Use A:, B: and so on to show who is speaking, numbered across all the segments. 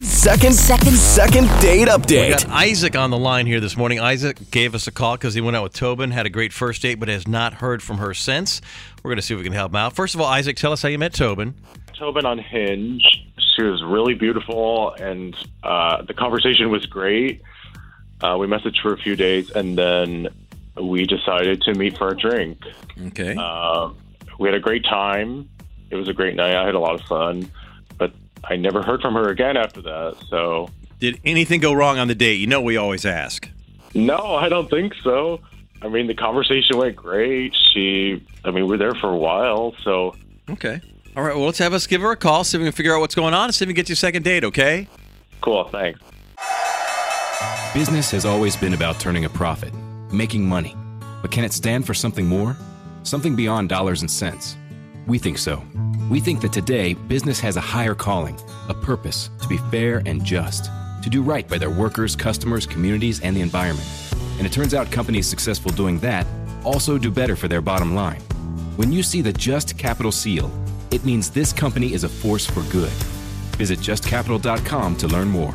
A: Second, second, second date
B: We
A: update.
B: got Isaac on the line here this morning. Isaac gave us a call because he went out with Tobin, had a great first date, but has not heard from her since. We're going to see if we can help him out. First of all, Isaac, tell us how you met Tobin.
C: Tobin on Hinge. She was really beautiful, and uh, the conversation was great. Uh, we messaged for a few days, and then we decided to meet for a drink.
B: Okay.
C: Um we had a great time. It was a great night. I had a lot of fun, but I never heard from her again after that. So,
B: Did anything go wrong on the date? You know, we always ask.
C: no, I don't think so. I mean, the conversation went great. She, I mean, we were there for a while, so
B: Okay. All right. Well, let's have us give her a call, see if we can figure out what's going on, and see if we can get you a second date, okay?
C: cool. Thanks.
D: Business has always been about turning a profit, making money. But can it stand for something more? Something beyond dollars and cents? We think so. We think that today, business has a higher calling, a purpose to be fair and just, to do right by their workers, customers, communities, and the environment. And it turns out companies successful doing that also do better for their bottom line. When you see the Just Capital seal, it means this company is a force for good. Visit justcapital.com to learn more.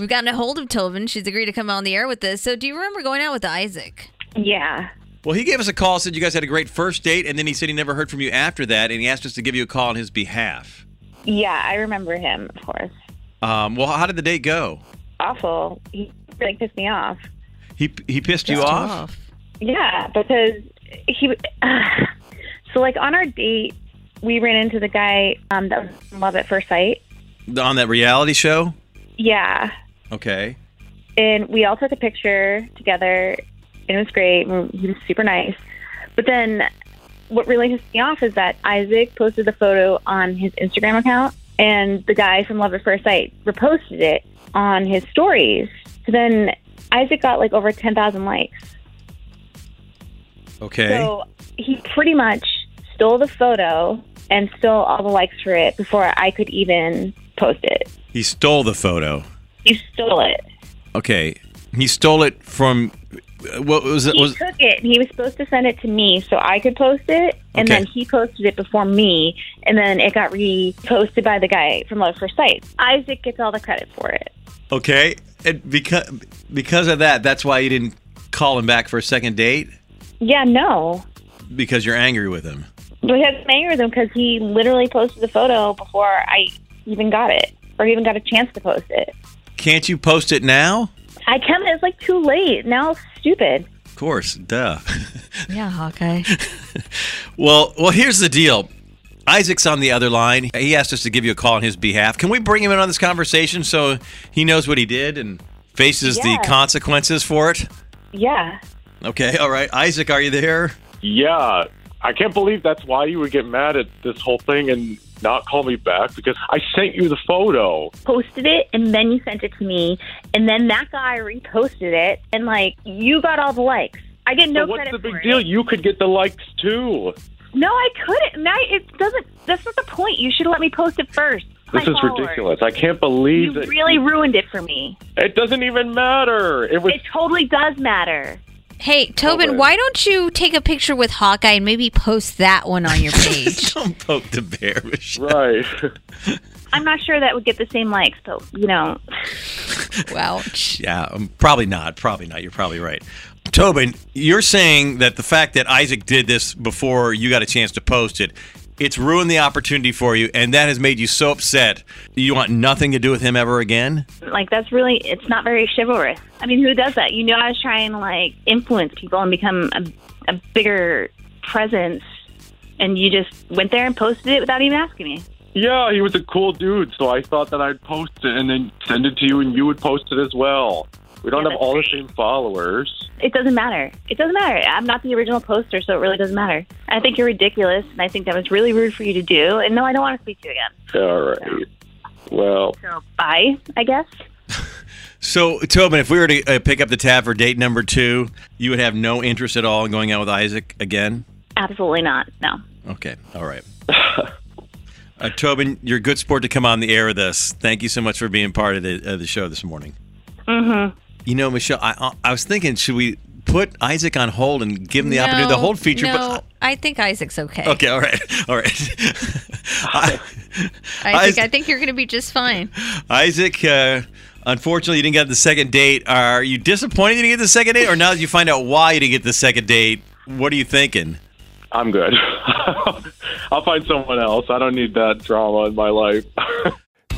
E: We've gotten a hold of Tobin. She's agreed to come on the air with us. So, do you remember going out with Isaac?
F: Yeah.
B: Well, he gave us a call, said you guys had a great first date, and then he said he never heard from you after that, and he asked us to give you a call on his behalf.
F: Yeah, I remember him, of course.
B: Um, well, how did the date go?
F: Awful. He really pissed me off.
B: He, he pissed you
E: Pissed
B: off?
F: Yeah, because he. so, like, on our date, we ran into the guy um, that was in love at first sight.
B: on that reality show?
F: Yeah.
B: Okay.
F: And we all took a picture together, and it was great. and He was super nice. But then what really pissed me off is that Isaac posted the photo on his Instagram account, and the guy from Love at First Sight reposted it on his stories. So then Isaac got like over 10,000 likes.
B: Okay.
F: So he pretty much stole the photo and stole all the likes for it before I could even post it.
B: he stole the photo.
F: He stole it.
B: Okay. He stole it from what was it
F: He
B: was
F: took it and he was supposed to send it to me so I could post it. And
B: Okay.
F: then he posted it before me. And then it got reposted by the guy from Love at First Sight. Isaac gets all the credit for it.
B: Okay. And because because of that, that's why you didn't call him back for a second date
F: Yeah, no.
B: because you're angry with him.
F: But he has an anger with him because he literally posted the photo before I even got it or even got a chance to post it.
B: Can't you post it now?
F: I can't, it's like too late. Now it's stupid.
B: Of course, duh.
E: Yeah, Hawkeye.
B: well, well, here's the deal. Isaac's on the other line. He asked us to give you a call on his behalf. Can we bring him in on this conversation so he knows what he did and faces
F: Yeah.
B: the consequences for it?
F: Yeah.
B: Okay, all right. Isaac, are you there?
C: Yeah, I can't believe that's why you would get mad at this whole thing and not call me back because I sent you the photo.
F: posted it and then you sent it to me and then that guy reposted it and like you got all the likes. I get no
C: so what's
F: credit
C: the big
F: for
C: deal?
F: it.
C: You could get the likes too.
F: No, I couldn't. Now it doesn't. That's not the point. You should have let me post it first.
C: This
F: My
C: is
F: followers.
C: ridiculous. I can't believe
F: You
C: that.
F: really ruined it for me.
C: It doesn't even matter. It was.
F: It totally does matter.
E: Hey, Tobin,
C: Tobin.
E: why don't you take a picture with Hawkeye and maybe post that one on your page?
B: Don't poke the bear. Michelle.
C: Right.
F: I'm not sure that would get the same likes, but you know,
E: Ouch.
B: Yeah, um, probably not. Probably not. You're probably right. Tobin, you're saying that the fact that Isaac did this before you got a chance to post it It's ruined the opportunity for you, and that has made you so upset. You want nothing to do with him ever again?
F: Like that's really it's not very chivalrous. I mean, who does that? You know, I was trying to like influence people and become a, a bigger presence, and you just went there and posted it without even asking me.
C: Yeah, he was a cool dude, so I thought that I'd post it and then send it to you, and you would post it as well. We don't
F: Yeah,
C: have
F: that's
C: all the
F: great.
C: same followers.
F: It doesn't matter. It doesn't matter. I'm not the original poster, so it really doesn't matter. I think you're ridiculous, and I think that was really rude for you to do. And no, I don't want to speak to you again.
C: All right. Well,
F: So bye, I guess.
B: So, Tobin, if we were to uh, pick up the tab for date number two, you would have no interest at all in going out with Isaac again?
F: Absolutely not. No.
B: Okay. All right. Uh, Tobin, you're a good sport to come on the air with us. Thank you so much for being part of the, uh, the show this morning.
F: Mm-hmm.
B: You know, Michelle, I, I I was thinking, should we put Isaac on hold and give him the opportunity to
E: No,
B: hold feature?
E: No, I think Isaac's okay.
B: But, okay, all right, all right. I-
E: I think I
B: Isaac-
E: think you're gonna be just fine.
B: Isaac, uh, unfortunately, you didn't get the second date. Are you disappointed you didn't get the second date, or now that you find out why you didn't get the second date, what are you thinking?
C: I'm good. I'll find someone else. I don't need that drama in my life.